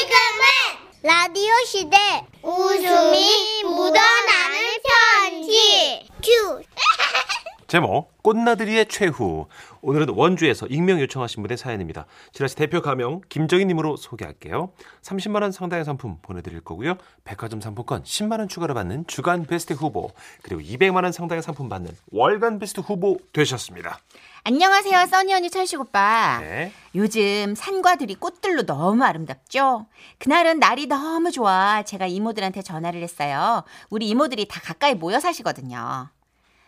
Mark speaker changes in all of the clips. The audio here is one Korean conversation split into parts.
Speaker 1: 지금은 라디오 시대 웃음이 묻어나는 편지 큐
Speaker 2: 제목 꽃나들이의 최후 오늘은 원주에서 익명 요청하신 분의 사연입니다. 지라시 대표 가명 김정희님으로 소개할게요. 30만 원 상당의 상품 보내드릴 거고요. 백화점 상품권 10만 원 추가로 받는 주간 베스트 후보 그리고 200만 원 상당의 상품 받는 월간 베스트 후보 되셨습니다.
Speaker 3: 안녕하세요, 써니 언니 철식 오빠.
Speaker 2: 네.
Speaker 3: 요즘 산과들이 꽃들로 너무 아름답죠? 그날은 날이 너무 좋아. 제가 이모들한테 전화를 했어요. 우리 이모들이 다 가까이 모여 사시거든요.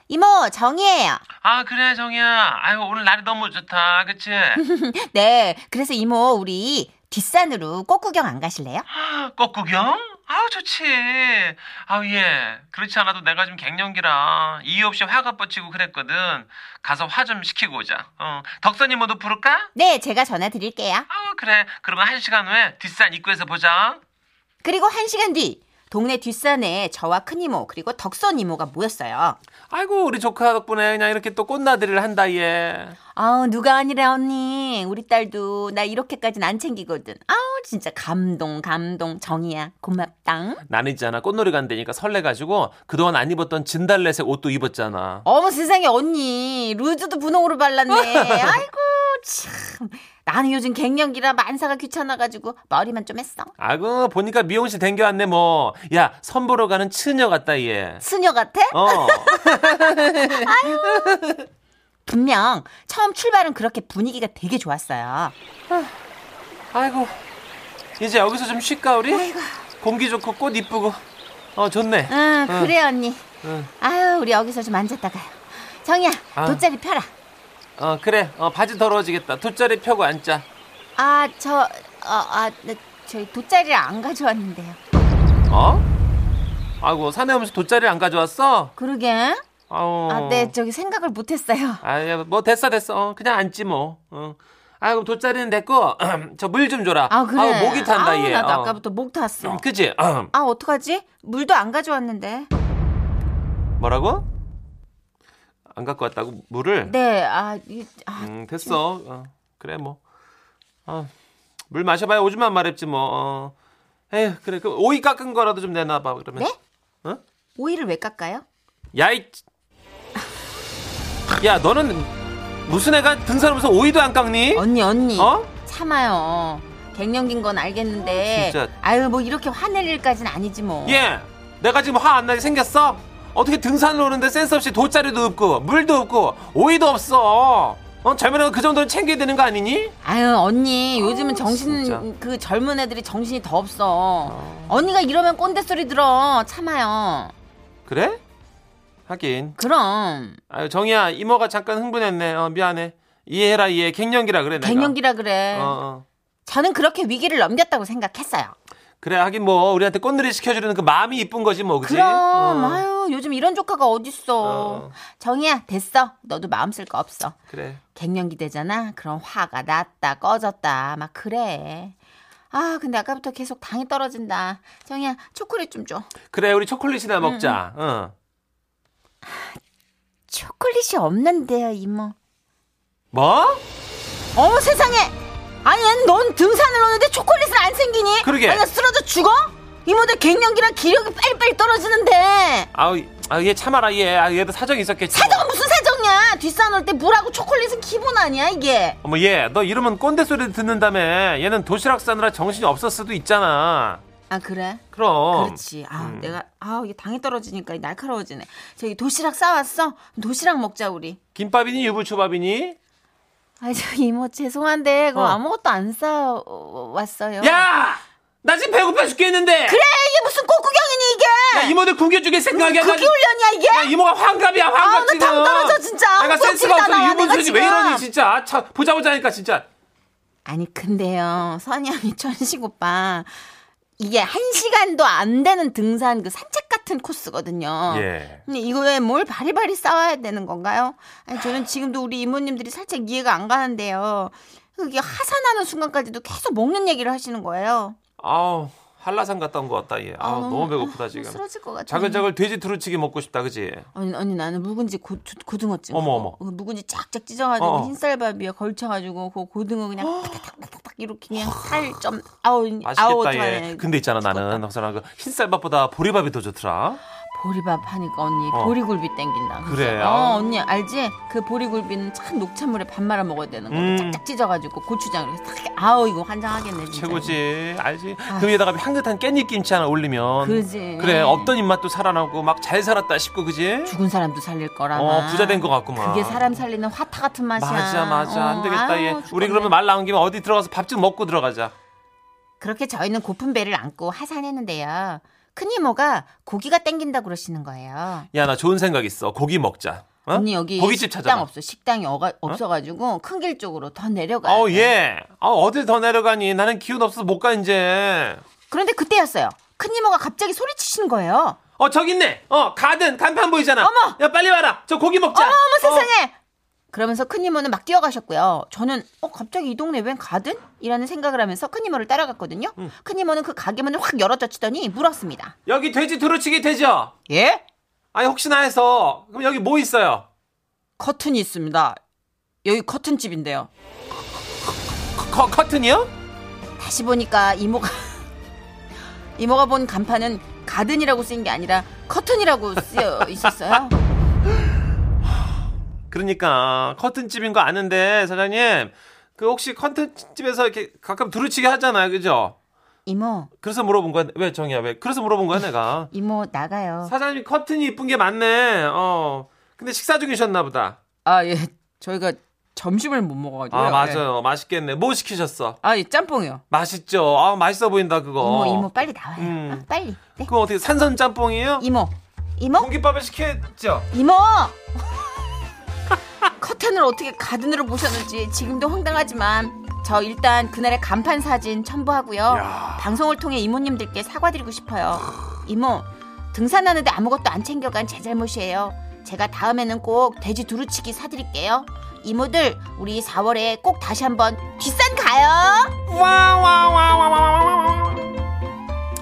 Speaker 3: 이모, 정이에요.
Speaker 4: 아 그래 정이야 아유 오늘 날이 너무 좋다 그치
Speaker 3: 네, 그래서 이모, 우리 뒷산으로 꽃 구경 안 가실래요?
Speaker 4: 꽃 구경 아우 좋지 아우 예 그렇지 않아도 내가 지금 갱년기라 이유 없이 화가 뻗치고 그랬거든 가서 화 좀 시키고 오자 어 덕선이 모두 부를까
Speaker 3: 네, 제가 전화 드릴게요.
Speaker 4: 아우 그래 그러면 한 시간 후에 뒷산 입구에서 보자
Speaker 3: 그리고 한 시간 뒤, 동네 뒷산에 저와 큰 이모, 그리고 덕선 이모가 모였어요.
Speaker 2: 아이고 우리 조카 덕분에 그냥 이렇게 또 꽃나들이를 한다 예.
Speaker 3: 아우 누가 아니라 언니 우리 딸도 나 이렇게까지는 안 챙기거든 아우 진짜 감동 감동 정이야 고맙당
Speaker 2: 나는 있잖아 꽃놀이 간다니까 설레가지고 그동안 안 입었던 진달래색 옷도 입었잖아.
Speaker 3: 어머 세상에 언니 루즈도 분홍으로 발랐네 아이고 참 나는 요즘 갱년기라 만사가 귀찮아가지고 머리만 좀 했어
Speaker 2: 아그 보니까 미용실 댕겨왔네 뭐. 야 선보러 가는 처녀 같다 예.
Speaker 3: 스녀 같아?
Speaker 2: 어.
Speaker 3: 분명 처음 출발은 그렇게 분위기가 되게 좋았어요
Speaker 2: 아이고 이제 여기서 좀 쉴까 우리? 공기 좋고 꽃 이쁘고 어 좋네
Speaker 3: 응 그래 언니
Speaker 2: 응.
Speaker 3: 아유 우리 여기서 좀 앉았다가요 정이야
Speaker 2: 아.
Speaker 3: 돗자리 펴라
Speaker 2: 어 그래 어 바지 더러워지겠다 돗자리 펴고 앉자
Speaker 3: 아, 저, 어, 아, 네, 저희 돗자리를 안 가져왔는데요.
Speaker 2: 어? 아이고 사내 오면서 돗자리를 안 가져왔어?
Speaker 3: 그러게.
Speaker 2: 아우
Speaker 3: 아, 네, 저기 생각을 못했어요.
Speaker 2: 아야 뭐 됐어 됐어 어, 그냥 앉지 뭐 어. 아이고 돗자리는 됐고 저 물 좀 줘라
Speaker 3: 아, 그래.
Speaker 2: 아우, 목이 탄다
Speaker 3: 아우,
Speaker 2: 얘
Speaker 3: 나도
Speaker 2: 어.
Speaker 3: 아까부터 목 탔어.
Speaker 2: 음, 그치?
Speaker 3: 아, 어떡하지? 물도 안 가져왔는데.
Speaker 2: 뭐라고? 안 갖고 왔다고 물을?
Speaker 3: 네, 아, 이, 아,
Speaker 2: 음, 됐어. 어, 그래 뭐. 아, 물 마셔봐야 오줌만 말했지 뭐. 어. 에휴 그래 그 오이 깎은 거라도 좀 내놔봐 그러면.
Speaker 3: 네?
Speaker 2: 어?
Speaker 3: 오이를 왜 깎아요?
Speaker 2: 야이. 야 너는 무슨 애가 등산 오면서 오이도 안 깎니?
Speaker 3: 언니, 언니.
Speaker 2: 어?
Speaker 3: 참아요. 갱년기인 건 알겠는데.
Speaker 2: 어, 진짜.
Speaker 3: 아유, 뭐 이렇게 화낼 일까진 아니지 뭐.
Speaker 2: 예. 내가 지금 화 안 나게 생겼어? 어떻게 등산을 오는데 센스 없이 돗자리도 없고 물도 없고 오이도 없어. 어 잘못하면 그 정도는 챙겨야 되는 거 아니니?
Speaker 3: 아유, 언니. 요즘은
Speaker 2: 어,
Speaker 3: 정신,
Speaker 2: 진짜. 아.
Speaker 3: 그 젊은 애들이 정신이 더 없어. 언니가 이러면 꼰대 소리 들어. 참아요.
Speaker 2: 그래? 하긴.
Speaker 3: 그럼
Speaker 2: 아유 정이야 이모가 잠깐 흥분했네. 어, 미안해. 이해해라 이해. 갱년기라 그래 내가.
Speaker 3: 갱년기라 그래.
Speaker 2: 어, 어.
Speaker 3: 저는 그렇게 위기를 넘겼다고 생각했어요.
Speaker 2: 그래 하긴 뭐 우리한테 꽃놀이 시켜주는 그 마음이 이쁜 거지 뭐 그지?
Speaker 3: 그럼
Speaker 2: 어,
Speaker 3: 아유 요즘 이런 조카가 어딨어.
Speaker 2: 어.
Speaker 3: 정희야 됐어. 너도 마음 쓸 거 없어.
Speaker 2: 그래
Speaker 3: 갱년기 되잖아. 그럼 화가 났다 꺼졌다 막 그래. 아 근데 아까부터 계속 당이 떨어진다. 정희야 초콜릿 좀 줘.
Speaker 2: 그래 우리 초콜릿이나
Speaker 3: 음,
Speaker 2: 먹자. 어.
Speaker 3: 초콜릿이 없는데요 이모.
Speaker 2: 뭐?
Speaker 3: 어머 세상에. 아니 얘는 넌 등산을 오는데 초콜릿을 안 생기니?
Speaker 2: 그러게.
Speaker 3: 아니 쓰러져 죽어? 이모들 갱년기랑 기력이 빨리빨리 떨어지는데.
Speaker 2: 아우 아얘 참아라 얘. 아, 얘도 사정이 있었겠지.
Speaker 3: 사정은 무슨 사정이야? 뒷산 올 때 물하고 초콜릿은 기본 아니야 이게?
Speaker 2: 어머 얘 너 이러면 꼰대 소리 듣는다며. 얘는 도시락 싸느라 정신이 없었을 수도 있잖아.
Speaker 3: 아 그래?
Speaker 2: 그럼.
Speaker 3: 그렇지. 아
Speaker 2: 음.
Speaker 3: 내가 아 이게 당이 떨어지니까 날카로워지네. 저기 도시락 싸왔어? 그럼 도시락 먹자 우리.
Speaker 2: 김밥이니 유부초밥이니?
Speaker 3: 아 저 이모 죄송한데 그거
Speaker 2: 어.
Speaker 3: 아무것도 안 싸왔어요.
Speaker 2: 야! 나 지금 배고파 죽겠는데.
Speaker 3: 그래 이게 무슨 꽃구경이니 이게?
Speaker 2: 야 이모들 굶겨주게 생각이 안
Speaker 3: 그게
Speaker 2: 나지.
Speaker 3: 훈련이야 이게?
Speaker 2: 야 이모가 환갑이야 환갑
Speaker 3: 아우, 나당
Speaker 2: 지금
Speaker 3: 떨어져, 진짜.
Speaker 2: 내가
Speaker 3: 꼴찌
Speaker 2: 센스가
Speaker 3: 나와,
Speaker 2: 없어
Speaker 3: 내가
Speaker 2: 유분순이 왜
Speaker 3: 지금.
Speaker 2: 이러니 진짜 아, 참, 보자 보자 하니까 진짜
Speaker 3: 아니 근데요 선이 언니 천식 오빠 이게 한 시간도 안 되는 등산 그 산책 같은 코스거든요.
Speaker 2: 예.
Speaker 3: 근데 이거에 뭘 바리바리 싸워야 되는 건가요? 아니 저는 지금도 우리 이모님들이 살짝 이해가 안 가는데요. 그게 하산하는 순간까지도 계속 먹는 얘기를 하시는 거예요.
Speaker 2: 아우
Speaker 5: 한라산 갔다 온 것 같다 얘. 아 너무 배고프다 지금.
Speaker 3: 쓰러질 것 같아.
Speaker 5: 자글자글 돼지 두루치기 먹고 싶다 그지?
Speaker 3: 아니, 아니 나는 묵은지 고, 고등어찜.
Speaker 5: 어머, 어머.
Speaker 3: 그 묵은지 쫙쫙 찢어가지고
Speaker 5: 어.
Speaker 3: 흰쌀밥 위에 걸쳐가지고 그 고등어 그냥 팍팍팍팍 이렇게 그냥 살좀 아우 아우
Speaker 5: 맛있겠다 얘.
Speaker 3: 어떡하냐.
Speaker 5: 근데 있잖아 나는 항상 그 흰쌀밥보다 보리밥이 더 좋더라.
Speaker 3: 보리밥 하니까 언니
Speaker 5: 어.
Speaker 3: 보리굴비 땡긴다. 그치?
Speaker 5: 그래, 아우.
Speaker 3: 어 언니 알지? 그 보리굴비는 참 녹찬물에 밥 말아 먹어야 되는 거.
Speaker 5: 음.
Speaker 3: 쫙쫙 찢어가지고 고추장 이렇게 탁. 아우 이거 환장하겠네 진짜.
Speaker 5: 최고지 알지? 그 위에다가 향긋한 깻잎 김치 하나 올리면
Speaker 3: 아. 그지.
Speaker 5: 그래 없던 입맛도 살아나고 막 잘 살았다 싶고 그지?
Speaker 3: 죽은 사람도 살릴 거라만.
Speaker 5: 어 부자 된 것 같구만.
Speaker 3: 그게 사람 살리는 화타 같은 맛이야.
Speaker 5: 맞아 맞아
Speaker 3: 어,
Speaker 5: 안 되겠다
Speaker 3: 아유,
Speaker 5: 얘. 우리
Speaker 3: 죽겠네.
Speaker 5: 그러면 말 나온 김에 어디 들어가서 밥 좀 먹고 들어가자.
Speaker 3: 그렇게 저희는 고픈 배를 안고 하산했는데요. 큰 이모가 고기가 땡긴다 그러시는 거예요.
Speaker 5: 야 나 좋은 생각 있어 고기 먹자. 어?
Speaker 3: 언니 여기
Speaker 5: 고깃집
Speaker 3: 식당
Speaker 5: 찾아봐.
Speaker 3: 없어 식당이 어가, 없어가지고 큰 길 쪽으로 더 내려가.
Speaker 5: 어, 예. 어, 어딜 더 내려가니? 나는 기운 없어서 못 가, 이제.
Speaker 3: 그런데 그때였어요. 큰 이모가 갑자기 소리치시는 거예요.
Speaker 5: 어, 저기 있네. 어, 가든 간판 보이잖아.
Speaker 3: 어머!
Speaker 5: 야, 빨리 와라. 저 고기 먹자.
Speaker 3: 어머 어머 세상에 그러면서 큰이모는 막 뛰어가셨고요 저는 어 갑자기 이 동네 웬 가든? 이라는 생각을 하면서 큰이모를 따라갔거든요
Speaker 5: 음.
Speaker 3: 큰이모는 그 가게 문을 확 열어젖히더니 물었습니다
Speaker 5: 여기 돼지 두루치기 되죠?
Speaker 3: 예?
Speaker 5: 아니, 혹시나 해서. 그럼 여기 뭐 있어요?
Speaker 3: 커튼이 있습니다 여기 커튼집인데요
Speaker 5: 커, 커튼이요?
Speaker 3: 다시 보니까 이모가 이모가 본 간판은 가든이라고 쓰인 게 아니라 커튼이라고 쓰여 있었어요
Speaker 5: 그러니까, 커튼집인 거 아는데, 사장님. 그, 혹시 커튼집에서 이렇게 가끔 두루치기 하잖아요. 그죠?
Speaker 3: 이모
Speaker 5: 그래서 물어본 거야. 왜, 정이야, 왜? 그래서 물어본 거야, 내가.
Speaker 3: 이모 나가요
Speaker 5: 어. 사장님 커튼이 이쁜 게 맞네. 어. 근데 식사 중이셨나 보다.
Speaker 3: 아 예 저희가 점심을 못 먹어가지고
Speaker 5: 아, 맞아요. 맛있겠네. 뭐 시키셨어?
Speaker 3: 아 짬뽕이요
Speaker 5: 맛있죠. 아 맛있어 보인다 그거.
Speaker 3: 이모 이모 빨리 나와요.
Speaker 5: 음.
Speaker 3: 아, 빨리. 네.
Speaker 5: 그거 어떻게 산선 짬뽕이에요?
Speaker 3: 이모 이모
Speaker 5: 공깃밥을 시켰죠.
Speaker 3: 이모. 커튼을 어떻게 가든으로 보셨는지 지금도 황당하지만 저 일단 그날의 간판 사진 첨부하고요. 방송을 통해 이모님들께 사과드리고 싶어요. 이모 등산하는데 아무것도 안 챙겨간 제 잘못이에요. 제가 다음에는 꼭 돼지 두루치기 사드릴게요. 이모들 우리 4월에 꼭 다시 한번 뒷산 가요.
Speaker 5: 와와와와와와.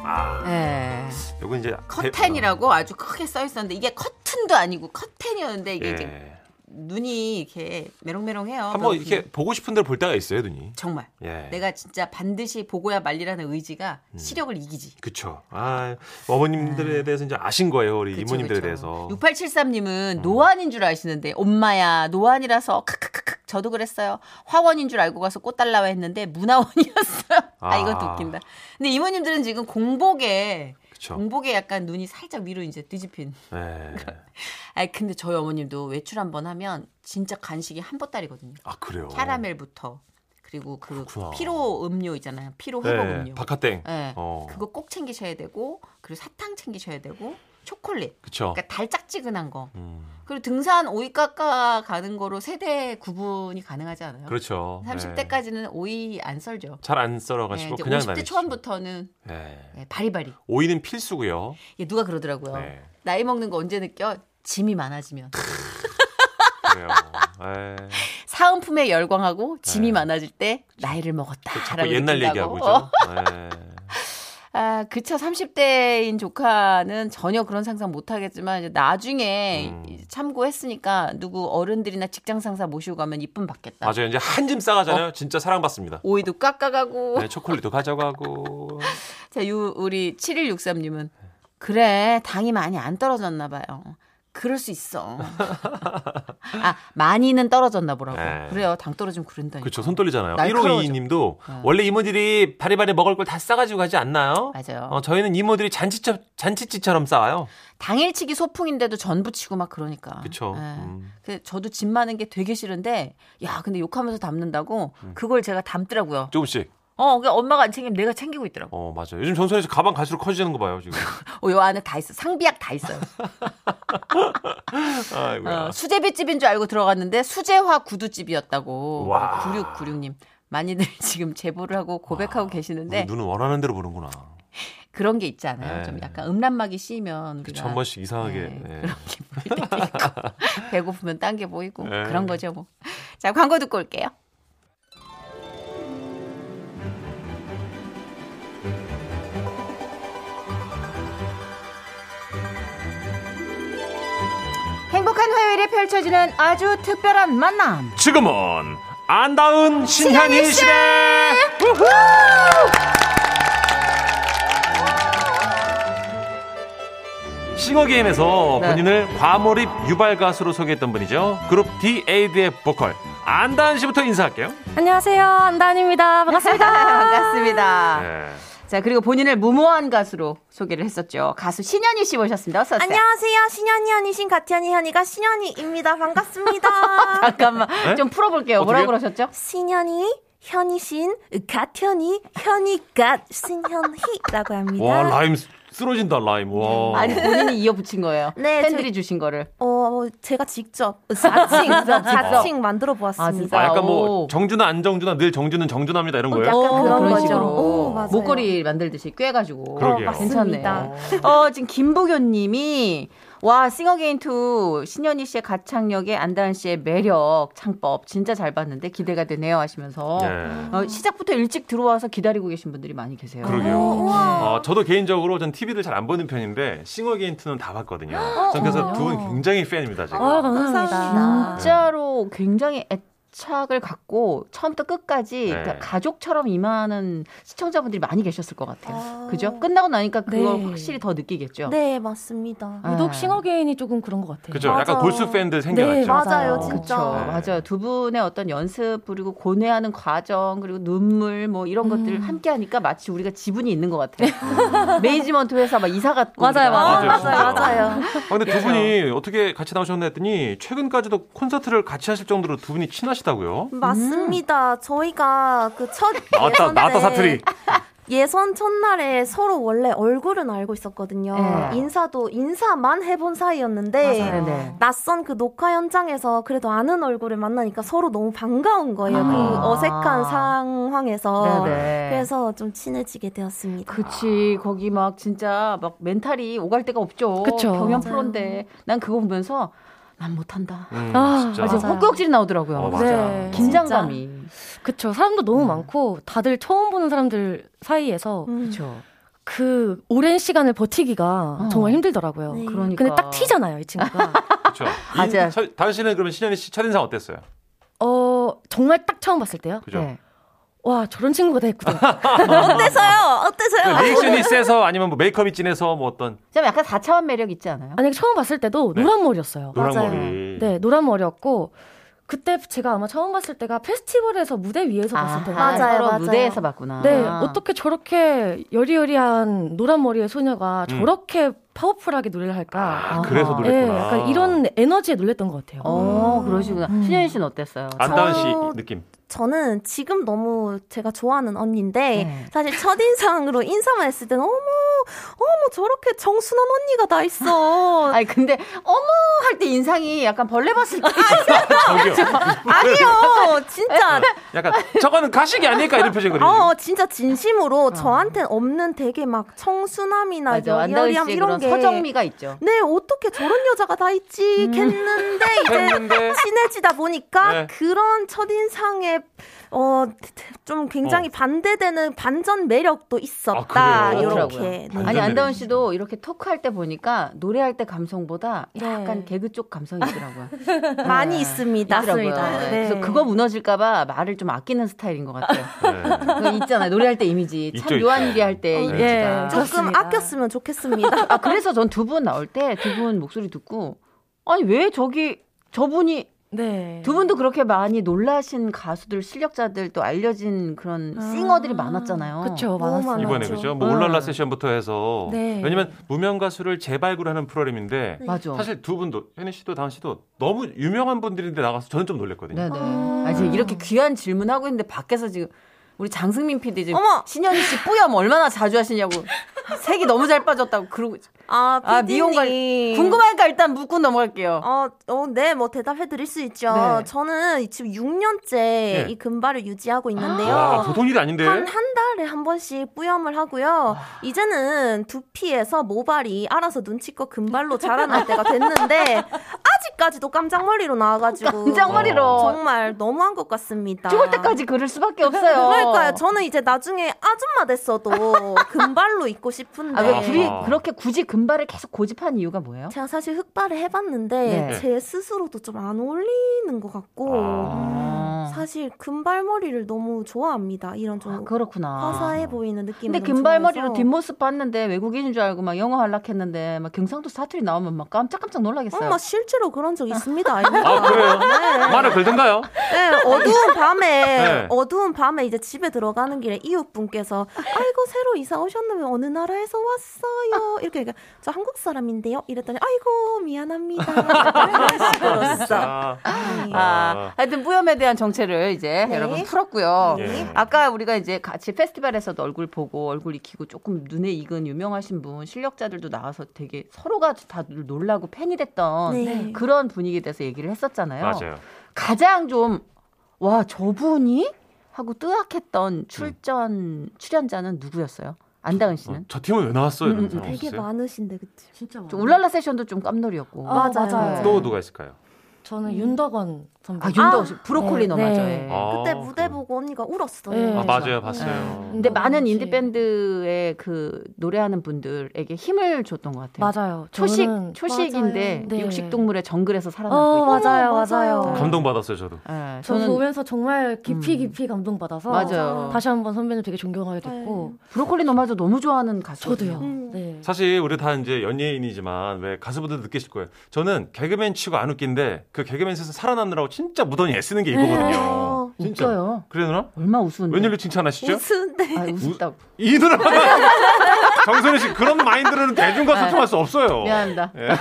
Speaker 5: 아,
Speaker 3: 네.
Speaker 5: 요거 이제
Speaker 3: 커튼이라고 아주 크게 써 있었는데 이게 커튼도 아니고 커튼이었는데
Speaker 5: 대-
Speaker 3: 이게 이제
Speaker 5: 예.
Speaker 3: 눈이 이렇게 메롱메롱해요.
Speaker 5: 한번
Speaker 3: 그래서
Speaker 5: 이렇게 보고 싶은 데를 볼 때가 있어요, 눈이.
Speaker 3: 정말
Speaker 5: 예.
Speaker 3: 음. 내가 진짜 반드시 보고야 말리라는 의지가
Speaker 5: 음.
Speaker 3: 시력을 이기지.
Speaker 5: 그쵸. 아, 어머님들에 대해서 이제 아신 거예요, 우리
Speaker 3: 음. 그쵸,
Speaker 5: 이모님들에
Speaker 3: 그쵸.
Speaker 5: 대해서. 음.
Speaker 3: 6873님은 노안인 줄 아시는데 엄마야 노안이라서 크크크크 저도 그랬어요. 화원인 줄 알고 가서 꽃 달라고 했는데 문화원이었어요. 아,
Speaker 5: 아.
Speaker 3: 이건 또 웃긴다. 근데 이모님들은 지금 공복에
Speaker 5: 그쵸.
Speaker 3: 공복에 약간 눈이 살짝 위로 이제 뒤집힌.
Speaker 5: 예.
Speaker 3: 아 근데 저희 어머님도 외출 한번 하면 진짜 간식이 한 보따리거든요.
Speaker 5: 아 그래요.
Speaker 3: 캐러멜부터 그리고 그
Speaker 5: 그렇구나.
Speaker 3: 피로 음료 있잖아요. 피로 회복
Speaker 5: 네,
Speaker 3: 음료.
Speaker 5: 바카땡.
Speaker 3: 예.
Speaker 5: 어.
Speaker 3: 그거 꼭 챙기셔야 되고 그리고 사탕 챙기셔야 되고 초콜릿.
Speaker 5: 그쵸.
Speaker 3: 그러니까 달짝지근한 거.
Speaker 5: 음,
Speaker 3: 그리고 등산 오이 깎아 가는 거로 세대 구분이 가능하지 않아요?
Speaker 5: 그렇죠. 네.
Speaker 3: 30대까지는 오이 안 썰죠.
Speaker 5: 잘안
Speaker 3: 예,
Speaker 5: 썰어가시고
Speaker 3: 이제
Speaker 5: 뭐 그냥
Speaker 3: 50대
Speaker 5: 다니시죠.
Speaker 3: 초반부터는
Speaker 5: 예.
Speaker 3: 예, 바리바리.
Speaker 5: 오이는 필수고요.
Speaker 3: 예, 누가 그러더라고요.
Speaker 5: 네.
Speaker 3: 나이 먹는 거 언제 느껴? 짐이 많아지면.
Speaker 5: 그래요. 예. 에이,
Speaker 3: 사은품에 열광하고 짐이
Speaker 5: 네.
Speaker 3: 많아질 때 나이를 먹었다.
Speaker 5: 그 자꾸 옛날 얘기하고 있죠. 네. 에이,
Speaker 3: 아, 그쵸. 30대인 조카는 전혀 그런 상상 못 하겠지만, 이제 나중에
Speaker 5: 음.
Speaker 3: 이- 참고했으니까, 누구 어른들이나 직장 상사 모시고 가면 이쁨 받겠다.
Speaker 5: 맞아요. 이제 한 짐 싸가잖아요.
Speaker 3: 어?
Speaker 5: 진짜 사랑받습니다.
Speaker 3: 오이도 깎아가고.
Speaker 5: 네, 초콜릿도 가져가고.
Speaker 3: 자, 요, 우리 7163님은, 그래, 당이 많이 안 떨어졌나 봐요. 그럴 수 있어. 아, 많이는 떨어졌나 보라고.
Speaker 5: 네.
Speaker 3: 그래요. 당 떨어지면 그런다니까.
Speaker 5: 그렇죠. 손 떨리잖아요.
Speaker 3: 네. 날카로워져. 어.
Speaker 5: 1522님도 원래 이모들이 바리바리 먹을 걸 다 싸가지고 가지 않나요?
Speaker 3: 맞아요. 어?
Speaker 5: 어, 저희는 이모들이 잔치처, 잔치집처럼 싸와요.
Speaker 3: 당일치기 소풍인데도 전부치고 막 그러니까.
Speaker 5: 그쵸.
Speaker 3: 예.
Speaker 5: 음.
Speaker 3: 그 저도 짐 많은 게 되게 싫은데 야 근데 욕하면서 담는다고
Speaker 5: 음.
Speaker 3: 그걸 제가 담더라고요.
Speaker 5: 조금씩.
Speaker 3: 어, 그러니까 엄마가 안 챙기면 내가 챙기고 있더라고.
Speaker 5: 어, 맞아요. 요즘 전선에서 가방 갈수록 커지는 거 봐요, 지금.
Speaker 3: 어, 요 안에 다 있어. 상비약 다 있어요.
Speaker 5: 아이고야.
Speaker 3: 어, 수제비집인 줄 알고 들어갔는데 수제화 구두집이었다고.
Speaker 5: 와.
Speaker 3: 9696님. 많이들 지금 제보를 하고
Speaker 5: 아,
Speaker 3: 고백하고 계시는데
Speaker 5: 우리 눈은 원하는 대로 보는구나.
Speaker 3: 그런 게 있잖아요.
Speaker 5: 네.
Speaker 3: 좀 약간 음란막이 씌면 우리가
Speaker 5: 그쵸. 뭐 한 번씩 이상하게.
Speaker 3: 네, 그런
Speaker 5: 예.
Speaker 3: 게 보일 때도 있고 배고프면 딴 게 보이고
Speaker 5: 네.
Speaker 3: 그런 거죠 뭐. 자 광고 듣고 올게요. 하늘에 펼쳐지는 아주 특별한 만남.
Speaker 5: 지금은 안다은 신현이 시대. 우후! 싱어 게임에서
Speaker 3: 네.
Speaker 5: 본인을 과몰입 유발 가수로 소개했던 분이죠. 그룹 DAD의 보컬 안다은 씨부터 인사할게요.
Speaker 6: 안녕하세요. 안다은입니다. 반갑습니다.
Speaker 3: 반갑습니다.
Speaker 5: 네.
Speaker 3: 자, 그리고 본인을 무모한 가수로 소개를 했었죠. 가수 신현희 씨 모셨습니다. 어서 오세요.
Speaker 6: 안녕하세요. 신현이 언니신 가티언니 현이가 신현이입니다. 반갑습니다.
Speaker 3: 잠깐만
Speaker 5: 네?
Speaker 3: 좀 풀어볼게요. 뭐라고
Speaker 5: 어떻게요?
Speaker 3: 그러셨죠?
Speaker 6: 신현이 현이신 가티언니 현이가 신현희라고 합니다.
Speaker 5: 와 라임 쓰러진다 라임. 와.
Speaker 3: 아니 본인이 이어 붙인 거예요.
Speaker 6: 네,
Speaker 3: 팬들이 주신 거를.
Speaker 6: 어, 제가 직접 자칭 자칭 만들어
Speaker 3: 아,
Speaker 6: 보았습니다.
Speaker 3: 진짜?
Speaker 5: 아, 약간 뭐
Speaker 3: 오. 어,
Speaker 5: 정준아 안정준아 늘 정준은 정준합니다 이런 거예요.
Speaker 6: 약간 그런 거죠.
Speaker 3: 식으로
Speaker 6: 오, 맞아요.
Speaker 3: 어, 목걸이 만들듯이 꿰가지고.
Speaker 5: 그러게요.
Speaker 3: 괜찮네.
Speaker 6: 맞습니다.
Speaker 3: 어 지금 김보교님이 와 싱어게인 2 신현희 씨의 가창력에 안다은 씨의 매력 창법 진짜 잘 봤는데 기대가 되네요 하시면서
Speaker 5: 예.
Speaker 3: 어, 시작부터 일찍 들어와서 기다리고 계신 분들이 많이 계세요.
Speaker 5: 그러게요.
Speaker 6: 우와.
Speaker 5: 어, 저도 개인적으로 전 TV를 잘 안 보는 편인데 싱어게인트는 다 봤거든요. 전 그래서 두 분 굉장히 팬입니다 지금.
Speaker 6: 아, 감사합니다.
Speaker 3: 진짜로 굉장히 애착을 갖고 처음부터 끝까지
Speaker 5: 네.
Speaker 3: 그러니까 가족처럼 임하는 시청자분들이 많이 계셨을 것 같아요.
Speaker 5: 음.
Speaker 6: 아.
Speaker 3: 그죠? 끝나고 나니까 그걸
Speaker 7: 네.
Speaker 3: 확실히 더 느끼겠죠.
Speaker 6: 네, 맞습니다.
Speaker 5: 음.
Speaker 3: 아.
Speaker 7: 유독 싱어게인이 조금 그런 것 같아요.
Speaker 5: 그죠? 약간
Speaker 6: 맞아요.
Speaker 5: 골수 팬들 생겨났죠.
Speaker 7: 네, 맞아요.
Speaker 6: 맞아요,
Speaker 7: 맞아요.
Speaker 6: 진짜.
Speaker 3: 그렇죠.
Speaker 5: 네.
Speaker 3: 맞아요. 두 분의 어떤 연습 그리고 고뇌하는 과정 그리고 눈물 뭐 이런 것들을 함께 하니까 마치 우리가 지분이 있는 것 같아요. 매니지먼트 회사 막 이사 갔고 그러니까.
Speaker 7: 맞아요,
Speaker 3: 우리가.
Speaker 5: 맞아요.
Speaker 6: 맞아요,
Speaker 5: 진짜.
Speaker 6: 맞아요.
Speaker 5: 아, 근데 두 분이 어떻게 같이 나오셨나 했더니 최근까지도 콘서트를 같이 하실 정도로 두 분이 친하시다고요?
Speaker 6: 맞습니다. 저희가 그 첫
Speaker 5: 나왔다,
Speaker 6: 예선
Speaker 5: 나왔다
Speaker 6: 때
Speaker 5: 사투리.
Speaker 6: 예선 첫날에 서로 원래 얼굴은 알고 있었거든요.
Speaker 3: 네.
Speaker 6: 인사도 인사만 해본 사이였는데
Speaker 3: 맞아요. 네.
Speaker 6: 낯선 그 녹화 현장에서 그래도 아는 얼굴을 만나니까 서로 너무 반가운 거예요.
Speaker 3: 아.
Speaker 6: 그 어색한 상황에서
Speaker 3: 네네.
Speaker 6: 그래서 좀 친해지게 되었습니다.
Speaker 3: 어, 그치 거기 막 진짜 막 멘탈이 오갈 데가 없죠.
Speaker 7: 그쵸.
Speaker 3: 경연
Speaker 6: 맞아요.
Speaker 3: 프로인데 난 그거 보면서 난 못한다.
Speaker 5: 음,
Speaker 7: 아,
Speaker 5: 진짜.
Speaker 3: 맞아
Speaker 6: 맞아요.
Speaker 3: 헛구역질이 나오더라고요.
Speaker 5: 어, 맞아.
Speaker 7: 네.
Speaker 3: 긴장감이.
Speaker 7: 그쵸. 사람도 너무
Speaker 3: 음.
Speaker 7: 많고 다들 처음 보는 사람들 사이에서
Speaker 6: 음.
Speaker 3: 그렇죠.
Speaker 7: 그 오랜 시간을 버티기가
Speaker 3: 어.
Speaker 7: 정말 힘들더라고요.
Speaker 6: 네.
Speaker 3: 그러니까.
Speaker 7: 근데 딱 튀잖아요, 이 친구가.
Speaker 5: 그렇죠.
Speaker 3: 맞아요.
Speaker 5: 인- 다은 씨는 그러면 신현희 씨 첫인상 어땠어요?
Speaker 7: 어, 정말 딱 처음 봤을 때요.
Speaker 5: 그죠?
Speaker 3: 네.
Speaker 7: 와, 저런 친구가 다 있구나.
Speaker 6: 어때서요? 어때서요?
Speaker 5: 그러니까 리액션이 세서 아니면 뭐 메이크업이 진해서 뭐 어떤
Speaker 3: 좀 약간 4차원 매력 있지 않아요?
Speaker 7: 아니, 처음 봤을 때도
Speaker 5: 네.
Speaker 7: 노란 머리였어요.
Speaker 5: 노란
Speaker 6: 맞아요.
Speaker 5: 머리.
Speaker 7: 네, 노란 머리였고 그때 제가 아마 처음 봤을 때가 페스티벌에서 무대 위에서 봤을 텐데.
Speaker 6: 맞아요,
Speaker 3: 서로
Speaker 6: 맞아요.
Speaker 3: 무대에서 봤구나. 아.
Speaker 7: 네, 어떻게 저렇게 여리여리한 노란 머리의 소녀가
Speaker 5: 음.
Speaker 7: 저렇게 파워풀하게 노래를 할까?
Speaker 5: 아, 그래서
Speaker 3: 아하.
Speaker 7: 예,
Speaker 5: 놀랬구나.
Speaker 7: 약간 이런 에너지에 놀랬던 것 같아요.
Speaker 3: 어, 그러시구나.
Speaker 7: 음.
Speaker 3: 신현희 씨는 어땠어요?
Speaker 5: 안다은
Speaker 6: 저-
Speaker 5: 씨 느낌.
Speaker 6: 저는 지금 너무 제가 좋아하는 언니인데
Speaker 3: 네.
Speaker 6: 사실 첫인상으로 인사만 했을 때는 어머 어머 저렇게 정순한 언니가 다 있어.
Speaker 3: 아니 근데 어머 할 때 인상이 약간 벌레 봤을 때
Speaker 5: 저기요.
Speaker 6: 아니요 진짜
Speaker 5: 약간 저거는 가식이 아닐까 이런 표정거리죠.
Speaker 6: 어 진짜 진심으로
Speaker 5: 어.
Speaker 6: 저한텐 없는 되게 막 청순함이나
Speaker 3: 맞아. 안다은
Speaker 6: 여리함
Speaker 3: 씨의 그런
Speaker 6: 이런 게
Speaker 3: 서정미가 있죠.
Speaker 6: 네 어떻게 저런 여자가 다 있지 했는데 이제
Speaker 5: 했는데
Speaker 6: 친해지다 보니까
Speaker 5: 음. 네.
Speaker 6: 그런 첫인상에 어 좀 굉장히 반대되는 반전 매력도 있었다
Speaker 5: 아, 그래요?
Speaker 6: 이렇게
Speaker 5: 그러더라고요.
Speaker 3: 아니
Speaker 5: 완전
Speaker 3: 안다은
Speaker 5: 매력이시네.
Speaker 3: 씨도 이렇게 토크할 때 보니까 노래할 때 감성보다 약간
Speaker 6: 네.
Speaker 3: 개그 쪽 감성이 있더라고요.
Speaker 6: 많이
Speaker 3: 네.
Speaker 6: 있습니다.
Speaker 3: 있더라고요. 네. 그래서 그거 무너질까봐 말을 좀 아끼는 스타일인 것 같아요.
Speaker 5: 네.
Speaker 3: 그 있잖아요. 노래할 때 이미지.
Speaker 5: 있죠,
Speaker 3: 참
Speaker 5: 있죠.
Speaker 3: 묘한 일이 할 때
Speaker 5: 어,
Speaker 3: 이미지가.
Speaker 7: 예.
Speaker 6: 조금
Speaker 7: 그렇습니다.
Speaker 6: 아꼈으면 좋겠습니다.
Speaker 3: 아 그래서 전 두 분 나올 때 두 분 목소리 듣고 아니 왜 저기 저분이
Speaker 7: 네.
Speaker 3: 두 분도 그렇게 많이 놀라신 가수들 실력자들 또 알려진 그런
Speaker 6: 아.
Speaker 3: 싱어들이 많았잖아요.
Speaker 7: 그쵸,
Speaker 6: 너무
Speaker 7: 많았어요.
Speaker 5: 아. 이번에
Speaker 6: 맞아.
Speaker 5: 그죠? 뭐
Speaker 3: 응.
Speaker 5: 올랄라 세션부터 해서
Speaker 7: 네.
Speaker 5: 왜냐면 무명 가수를 재발굴하는 프로그램인데
Speaker 3: 맞아.
Speaker 5: 사실 두 분도 현희 씨도 다은 씨도 너무 유명한 분들인데 나가서 저는 좀 놀랬거든요.
Speaker 3: 네네.
Speaker 6: 음.
Speaker 3: 아, 지금 이렇게 귀한 질문하고 있는데 밖에서 지금 우리 장승민 PD 지금
Speaker 6: 어머!
Speaker 3: 신현희 씨 뿌염 얼마나 자주 하시냐고 색이 너무 잘 빠졌다고 그러고 있-
Speaker 6: 아,
Speaker 3: 아 미용 관리
Speaker 6: PD님.
Speaker 3: 궁금하니까 일단 묻고 넘어갈게요.
Speaker 6: 어, 어, 네, 뭐 대답해 드릴 수 있죠.
Speaker 3: 네. 예.
Speaker 6: 저는 지금 6년째 이 금발을 유지하고
Speaker 5: 와,
Speaker 6: 있는데요.
Speaker 5: 보통 일이 아, 아닌데.
Speaker 6: 네. 한, 한 달에 한 번씩 뿌염을 하고요. 이제는 두피에서 모발이 알아서 눈치껏 금발로 자라날 때가 됐는데, 아직까지 때까지도 깜짝머리로 나와가지고
Speaker 5: 어.
Speaker 3: 깜짝머리로
Speaker 6: 정말 너무한 것 같습니다.
Speaker 3: 죽을 때까지 그럴 수밖에 없어요.
Speaker 6: 그러니까요. 저는 이제 나중에 아줌마 됐어도 금발로 있고 싶은데.
Speaker 3: 아, 왜 둘이
Speaker 5: 아하.
Speaker 3: 그렇게 굳이 금발을 계속 고집한 이유가 뭐예요?
Speaker 6: 제가 사실 흑발을 해봤는데
Speaker 3: 어? 네.
Speaker 6: 제 스스로도 좀 안 어울리는 것 같고
Speaker 3: 아.
Speaker 6: 사실 금발머리를 너무 좋아합니다. 이런
Speaker 3: 아,
Speaker 6: 좀
Speaker 3: 그렇구나.
Speaker 6: 화사해 보이는 느낌.
Speaker 3: 근데 금발머리로 뒷모습 봤는데 외국인인 줄 알고 막 영어 할락했는데 막 경상도 사투리 나오면 막 깜짝깜짝 놀라겠어요.
Speaker 6: 엄마 실제로 그런 적 있습니다.
Speaker 5: 아, 그래요? 말을 걸든가요?
Speaker 6: 네, 어두운 밤에
Speaker 5: 네.
Speaker 6: 어두운 밤에 이제 집에 들어가는 길에 이웃분께서 아이고 새로 이사 오셨는데 어느 나라에서 왔어요 이렇게 얘기해 저 한국 사람인데요 이랬더니 아이고 미안합니다 이런 식으로써
Speaker 5: 아,
Speaker 6: 네.
Speaker 3: 아, 하여튼 뿌염에 대한 정체를 이제
Speaker 6: 네.
Speaker 3: 여러분 풀었고요.
Speaker 5: 예.
Speaker 3: 아까 우리가 이제 같이 페스티벌에서도 얼굴 보고 얼굴 익히고 조금 눈에 익은 유명하신 분 실력자들도 나와서 되게 서로가 다 놀라고 팬이 됐던
Speaker 6: 네.
Speaker 3: 그런 분위기에 대해서 얘기를 했었잖아요.
Speaker 5: 맞아요.
Speaker 3: 가장 좀, 와, 저분이? 하고
Speaker 5: 네.
Speaker 3: 뜨악했던 출전, 출연자는 누구였어요? 안다은
Speaker 5: 어,
Speaker 3: 씨는?
Speaker 5: 저 팀은 왜
Speaker 3: 음,
Speaker 5: 나왔어요?
Speaker 3: 음,
Speaker 5: 이런 사람
Speaker 6: 되게
Speaker 5: 없으세요?
Speaker 6: 많으신데 그치?
Speaker 7: 진짜 많아요.
Speaker 3: 저 울랄라 세션도 좀 깜놀이었고.
Speaker 6: 아, 맞아요.
Speaker 3: 많아요.
Speaker 5: 또 누가 있을까요?
Speaker 7: 저는 윤덕원 선배.
Speaker 3: 아, 윤도 씨, 브로콜리
Speaker 7: 네,
Speaker 3: 너마저.
Speaker 7: 네.
Speaker 3: 예.
Speaker 5: 아,
Speaker 6: 그때 무대
Speaker 5: 그-
Speaker 6: 보고 언니가 울었어요.
Speaker 7: 네.
Speaker 5: 아, 맞아요. 봤어요.
Speaker 3: 근데
Speaker 7: 음.
Speaker 3: 많은
Speaker 7: 그렇지.
Speaker 3: 인디밴드의 그 노래하는 분들에게 힘을 줬던 것 같아요.
Speaker 7: 맞아요.
Speaker 3: 초식
Speaker 7: 저는-
Speaker 3: 초식인데
Speaker 6: 맞아요.
Speaker 7: 네.
Speaker 3: 육식 동물의 정글에서 살아남고
Speaker 7: 어
Speaker 3: 있고.
Speaker 7: 맞아요 맞아요.
Speaker 6: 맞아요.
Speaker 5: 감동받았어요, 저도.
Speaker 3: 예,
Speaker 7: 저
Speaker 3: 저는
Speaker 7: 보면서 정말 깊이
Speaker 3: 음.
Speaker 7: 깊이 감동받아서
Speaker 3: 맞아요. 네.
Speaker 7: 다시 한번 선배님 되게 존경하게 됐고
Speaker 3: 브로콜리 노마저 너무 좋아하는 가수.
Speaker 7: 저도요.
Speaker 6: 음.
Speaker 7: 네.
Speaker 5: 사실 우리 다 이제 연예인이지만 왜 가수분들 느끼실 거예요. 저는 개그맨 치고 안 웃긴데 그 개그맨 세상 살아남느라고 진짜 무던히 애쓰는 게 이거거든요. 진짜.
Speaker 3: 네. 웃겨요. 네.
Speaker 5: 그래 누나?
Speaker 3: 얼마 나 우스운데.
Speaker 5: 웬일로 칭찬하시죠?
Speaker 6: 웃는데
Speaker 3: 아, 우습다고.
Speaker 5: 이 누나. 정선우 씨 그런 마인드로는 대중과 소통할 수 없어요.
Speaker 3: 미안합니다.
Speaker 5: 예.
Speaker 3: 네.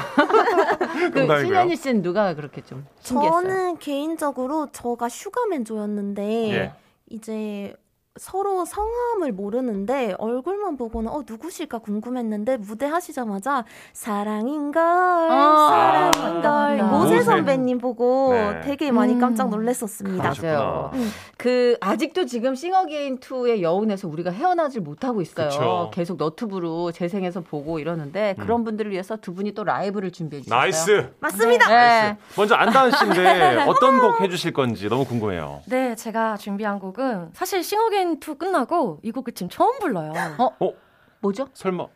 Speaker 3: 그
Speaker 5: 농담이고요.
Speaker 3: 신현희 씨는 누가 그렇게 좀 신기했어요?
Speaker 6: 저는 개인적으로 저가 슈가맨조였는데
Speaker 5: 예.
Speaker 6: 이제 서로 성함을 모르는데 얼굴만 보고는 어 누구실까 궁금했는데 무대 하시자마자 사랑인걸
Speaker 3: 아.
Speaker 6: 사랑인걸
Speaker 3: 아.
Speaker 6: 모세
Speaker 5: 모세.
Speaker 6: 선배님 보고
Speaker 5: 네.
Speaker 6: 되게 많이
Speaker 7: 음.
Speaker 6: 깜짝 놀랐었습니다.
Speaker 5: 그러셨구나.
Speaker 3: 맞아요. 그 아직도 지금 싱어게인 2의 여운에서 우리가 헤어나질 못하고 있어요.
Speaker 5: 그쵸. 음.
Speaker 3: 계속 너튜브로 재생해서 보고 이러는데 그런 분들을 위해서 두 분이 또 라이브를 준비해 주셨어요.
Speaker 5: 나이스.
Speaker 6: 맞습니다.
Speaker 3: 네.
Speaker 5: 먼저 안다은 씨인데 어떤 곡 해주실 건지 너무 궁금해요.
Speaker 7: 네, 제가 준비한 곡은 사실 싱어게인 2 끝나고 이 곡을 지금 처음 불러요.
Speaker 3: 어?
Speaker 5: 어?
Speaker 3: 뭐죠?
Speaker 5: 설마?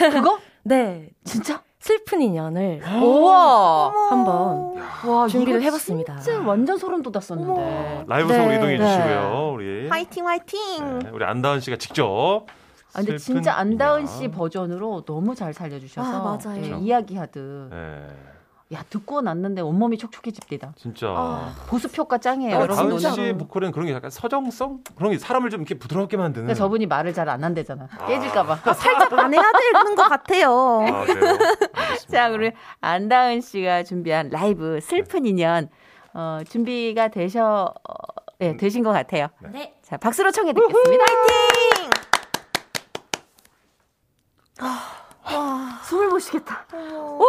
Speaker 3: 그거?
Speaker 7: 네,
Speaker 3: 진짜?
Speaker 7: 슬픈 인연을
Speaker 6: 아.
Speaker 3: 우와.
Speaker 7: 한번
Speaker 3: 와,
Speaker 7: 준비를
Speaker 3: 이거
Speaker 7: 해봤습니다.
Speaker 3: 진짜 완전 소름 돋았었는데.
Speaker 5: 라이브 속으로
Speaker 7: 네,
Speaker 5: 이동해
Speaker 7: 네.
Speaker 5: 주시고요. 우리
Speaker 6: 화이팅 화이팅.
Speaker 5: 네, 우리 안다은 씨가 직접.
Speaker 3: 아, 근데
Speaker 5: 슬픈
Speaker 3: 진짜 안다은 씨
Speaker 5: 인연.
Speaker 3: 버전으로 너무 잘 살려주셔서
Speaker 6: 아, 맞아요.
Speaker 3: 예, 이야기하듯
Speaker 5: 네,
Speaker 3: 야 듣고 났는데 온몸이 촉촉해집니다.
Speaker 5: 진짜.
Speaker 6: 아,
Speaker 3: 보수평가 짱이에요.
Speaker 6: 아,
Speaker 3: 여러분
Speaker 5: 다은
Speaker 3: 오늘
Speaker 6: 진짜.
Speaker 5: 씨 보컬은 그런 게 약간 서정성 그런 게 사람을 좀 이렇게 부드럽게 만드는.
Speaker 3: 그러니까 저분이 말을 잘 안 한대잖아. 깨질까봐.
Speaker 6: 살짝 안 해야 되는 것 같아요.
Speaker 5: 아, 그래요? 알겠습니다.
Speaker 3: 자, 우리 안다은 씨가 준비한 라이브 슬픈 인연 어, 준비가 되셔 어, 예, 되신 것 같아요.
Speaker 7: 네.
Speaker 3: 자, 박수로 청해 듣겠습니다. 아, 숨을 못 쉬겠다.
Speaker 6: 와.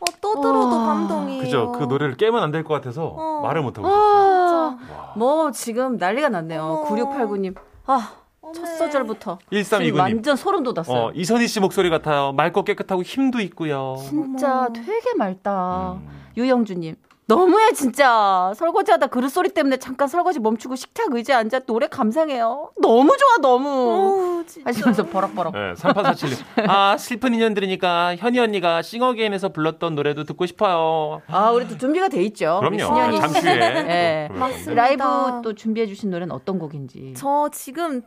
Speaker 6: 어, 또 들어도
Speaker 3: 와.
Speaker 6: 감동이에요.
Speaker 5: 그죠? 그 노래를 깨면 안 될 것 같아서
Speaker 6: 어.
Speaker 5: 말을 못 하고 있어요.
Speaker 3: 아, 뭐 지금 난리가 났네요.
Speaker 6: 어머.
Speaker 3: 9689님. 아, 첫 소절부터 지금
Speaker 5: 1329님.
Speaker 3: 완전 소름 돋았어요.
Speaker 5: 어, 이선희 씨 목소리 같아요. 맑고 깨끗하고 힘도 있고요.
Speaker 3: 진짜 되게 맑다.
Speaker 5: 음.
Speaker 3: 유영주님. 너무해 진짜 설거지하다 그릇 소리 때문에 잠깐 설거지 멈추고 식탁 의자에 앉아 노래 감상해요 너무 좋아 너무
Speaker 6: 어우, 진짜.
Speaker 3: 하시면서 버럭버럭
Speaker 5: 네, 3847님. 아, 슬픈 인연 들으니까 현희 언니가 싱어게인에서 불렀던 노래도 듣고 싶어요.
Speaker 3: 아 우리 또 준비가 돼 있죠 어, 우리
Speaker 5: 그럼요. 아,
Speaker 3: 신현희
Speaker 5: 잠시
Speaker 3: 씨.
Speaker 5: 후에.
Speaker 3: 네.
Speaker 5: 또 부를 건데.
Speaker 3: 라이브
Speaker 6: 맞습니다.
Speaker 3: 또 준비해 주신 노래는 어떤 곡인지
Speaker 6: 저 지금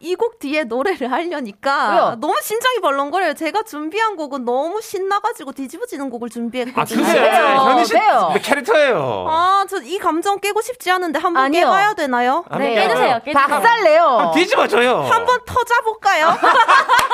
Speaker 6: 이 곡 뒤에 노래를 하려니까
Speaker 3: 왜요?
Speaker 6: 너무 심장이 벌렁거려요. 제가 준비한 곡은 너무 신나가지고 뒤집어지는 곡을
Speaker 5: 아,
Speaker 6: 준비했거든요.
Speaker 5: 글쎄.
Speaker 3: 왜요?
Speaker 5: 현희 씨
Speaker 3: 왜요? 어.
Speaker 5: 근데 캐릭터예요.
Speaker 6: 아, 저 이 감정 깨고 싶지 않은데 한번
Speaker 3: 아니요.
Speaker 6: 깨봐야 되나요?
Speaker 5: 한번
Speaker 7: 네,
Speaker 5: 깨워요.
Speaker 7: 깨주세요. 깨주세요.
Speaker 3: 박살내요
Speaker 5: 한번 아, 뒤집어줘요.
Speaker 6: 한번 터져볼까요?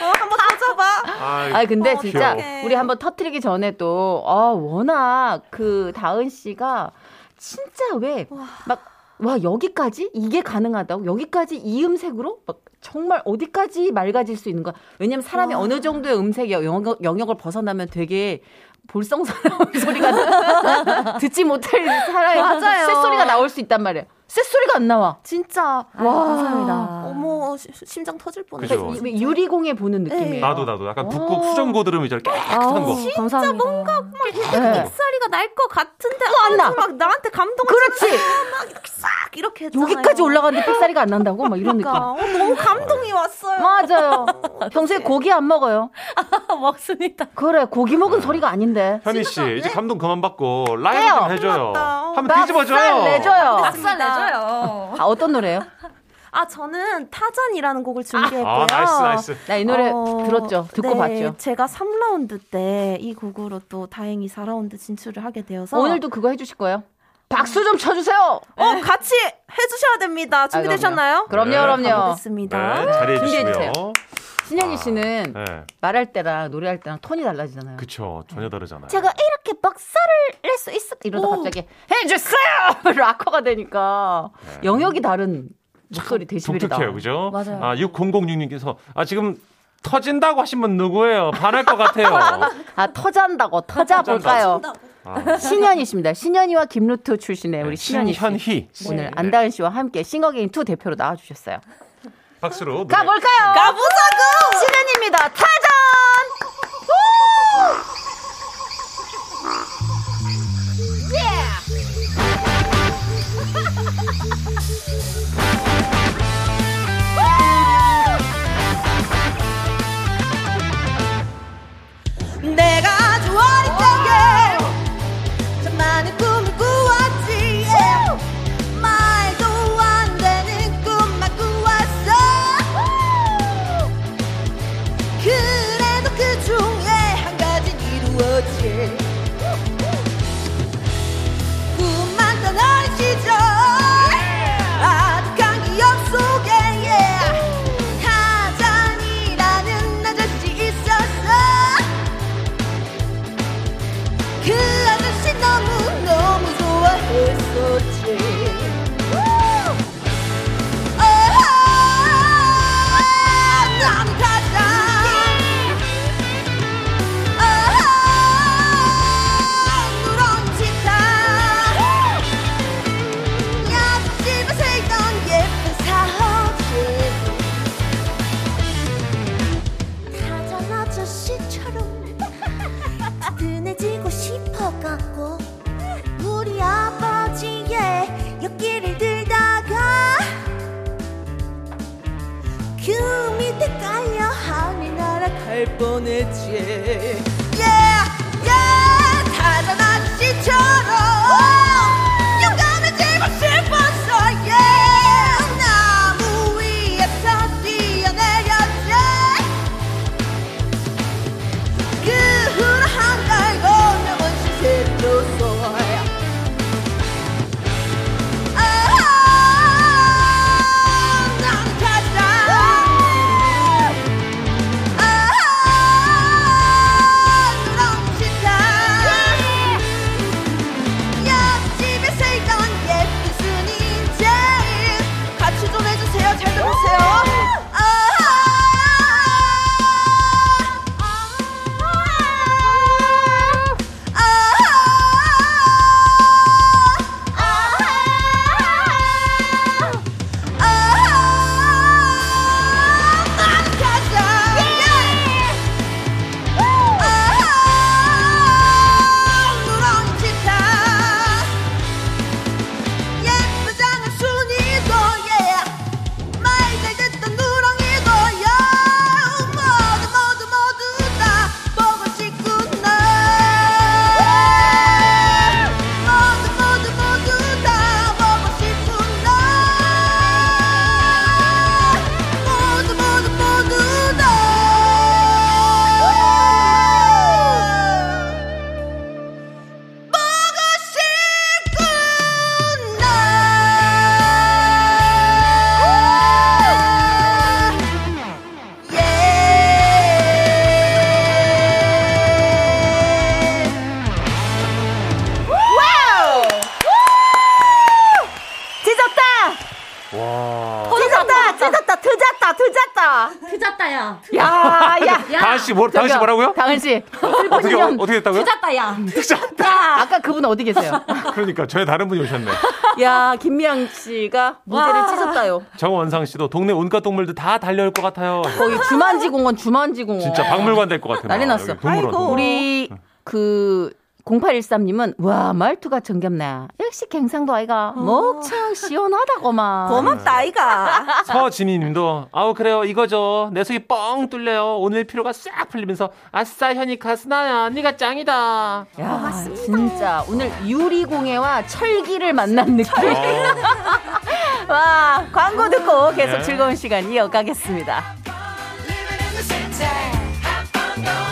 Speaker 6: 어, 한번 터져봐.
Speaker 5: 아이,
Speaker 3: 아 근데
Speaker 6: 어,
Speaker 3: 진짜
Speaker 6: 귀여워.
Speaker 3: 우리 한번 터트리기 전에 또 아, 워낙 그 다은 씨가 진짜 왜 막 와 여기까지 이게 가능하다고 여기까지 이 음색으로 막 정말 어디까지 맑아질 수 있는 거야 왜냐면 사람이 어느 정도의 음색 영역, 영역을 벗어나면 되게 볼썽사나운 소리가 듣지 못할 사람의
Speaker 6: 맞아요.
Speaker 3: 쇳소리가 나올 수 있단 말이에요 쇳소리가 안 나와.
Speaker 6: 진짜
Speaker 7: 아, 감사합니다.
Speaker 6: 어머 시- 심장 터질 뻔했어.
Speaker 5: 그죠.
Speaker 3: 이- 이- 유리공예 보는 느낌이에요.
Speaker 5: 나도 나도 약간 북극
Speaker 3: 오.
Speaker 5: 수정고 들으면 이렇게
Speaker 3: 어.
Speaker 5: 깨끗한 거.
Speaker 7: 진짜 감사합니다. 뭔가
Speaker 3: 네.
Speaker 6: 삑사리가 날 것 같은데
Speaker 3: 안 나.
Speaker 6: 아주 막 나한테 감동을
Speaker 3: 그렇지.
Speaker 6: 막 이렇게 싹 이렇게 했잖아요.
Speaker 3: 여기까지 올라갔는데 삑사리가 안 난다고 막 이런 느낌.
Speaker 6: 그러니까 어, 너무 감동이 왔어요.
Speaker 3: 뭐? 맞아요. 평소에 고기 안 먹어요.
Speaker 7: 먹습니다.
Speaker 3: 그래 고기 먹은 소리가 아닌데.
Speaker 5: 현희 씨 이제 감동 그만 받고 라이브 좀
Speaker 3: 예. 해요.
Speaker 5: 해줘요.
Speaker 6: 맞다.
Speaker 5: 하면 아, 뒤집어져요.
Speaker 3: 박살
Speaker 7: 아,
Speaker 3: 내줘요.
Speaker 6: 박살 내줘요.
Speaker 3: 아, 어떤 노래요?
Speaker 6: 아 저는 타잔이라는 곡을 준비했고요.
Speaker 5: 아 나이스 나이스.
Speaker 3: 나 이 노래
Speaker 6: 어,
Speaker 3: 들었죠. 듣고
Speaker 6: 네,
Speaker 3: 봤죠.
Speaker 6: 제가 3라운드 때 이 곡으로 또 다행히 4라운드 진출을 하게 되어서
Speaker 3: 오늘도 그거 해주실 거예요? 박수 좀 쳐주세요.
Speaker 6: 어 같이 해주셔야 됩니다. 준비되셨나요?
Speaker 3: 아,
Speaker 6: 아,
Speaker 3: 그럼요,
Speaker 5: 네,
Speaker 3: 그럼요.
Speaker 5: 네
Speaker 6: 알겠습니다.
Speaker 5: 잘해 주시고요.
Speaker 3: 준비해주세요. 신현희 씨는
Speaker 5: 네,
Speaker 3: 말할 때랑 노래할 때랑 톤이 달라지잖아요.
Speaker 5: 그쵸 전혀 다르잖아요.
Speaker 3: 제가 이렇게 박살을 낼 수 있을 이러다 갑자기 해주세요 락커가 되니까 영역이 다른 목소리 데시벨이
Speaker 5: 네. 독특해요,
Speaker 3: 나와요.
Speaker 5: 그죠?
Speaker 7: 맞아요.
Speaker 5: 아 6006님께서 아 지금 터진다고 하신 분 누구예요? 반할 것 같아요.
Speaker 3: 아 터잔다고 터자 볼까요?
Speaker 5: 아,
Speaker 3: 신현희 씨입니다. 신현희와 김루트 출신의
Speaker 5: 네,
Speaker 3: 우리 신현희 씨 뭐.
Speaker 5: 신현희 씨.
Speaker 3: 오늘
Speaker 5: 네.
Speaker 3: 안다은 씨와 함께 싱어게인 2 대표로 나와주셨어요.
Speaker 5: 박수로 노래
Speaker 3: 가볼까요? 가보자고! 신현입니다. 타전!
Speaker 1: 예.
Speaker 5: 네.
Speaker 1: 내가 아주 어릴 적에 참 많은 꿈을 꾸었지 말도 안 되는 꿈만 꾸었어 그래도 그 중에 한 가지는 이루었지 꿈만 던 어린 시절 아득한 기억 속에 타잔이라는 나 자신이 있었어 그 아저씨 너무너무 좋아했었지 남타자 누렁치다 음, 옆집에서 있던 예쁜 사업집
Speaker 8: 사전 아저씨처럼 든해지고 싶어갖고 우리 아버지의 옆길을 들다가
Speaker 1: 그 밑에 깔려 하늘 날아갈 뻔했지 yeah, yeah, 다른 아저씨처럼 용감해지고 싶었어 yeah. 나무 위에서 뛰어내렸지 그 후로 한달 걸면 시세로서 남타자
Speaker 5: 와.
Speaker 3: 어, 찢었다, 찢었다, 드졌다, 드졌다.
Speaker 9: 드졌다야.
Speaker 3: 야, 야.
Speaker 9: 야.
Speaker 5: 다은 씨, 아, 뭐, 다은
Speaker 3: 저기요,
Speaker 5: 씨
Speaker 3: 어,
Speaker 5: 뭐라고요?
Speaker 3: 다은 씨.
Speaker 5: 어떻게, 어, 어떻게 됐다고요?
Speaker 9: 드졌다야.
Speaker 3: 아까 그분 어디 계세요?
Speaker 5: 그러니까 저희 다른 분이 오셨네.
Speaker 3: 야, 김미양 씨가 무대를 찢었다요.
Speaker 5: 정원상 씨도 동네 온갖 동물들 다 달려올 것 같아요.
Speaker 3: 거기 주만지 공원, 주만지 공원.
Speaker 5: 진짜 박물관 어. 될 것 같아요.
Speaker 3: 네. 난리 났어.
Speaker 5: 동물원. 동물원.
Speaker 3: 우리 그 0813님은 와 말투가 정겹네. 역시 갱상도 아이가 목청 어. 시원하다고만.
Speaker 6: 고맙다 아이가.
Speaker 5: 서진희님도 아우 그래요 이거죠 내 속이 뻥 뚫려요 오늘 피로가 싹 풀리면서 아싸 현이 가스나야 언니가 짱이다.
Speaker 3: 야, 진짜 오늘 유리공예와 철기를 만난 느낌. 와 광고 듣고 계속
Speaker 5: 네.
Speaker 3: 즐거운 시간 이어가겠습니다.
Speaker 1: Living in the city, have fun going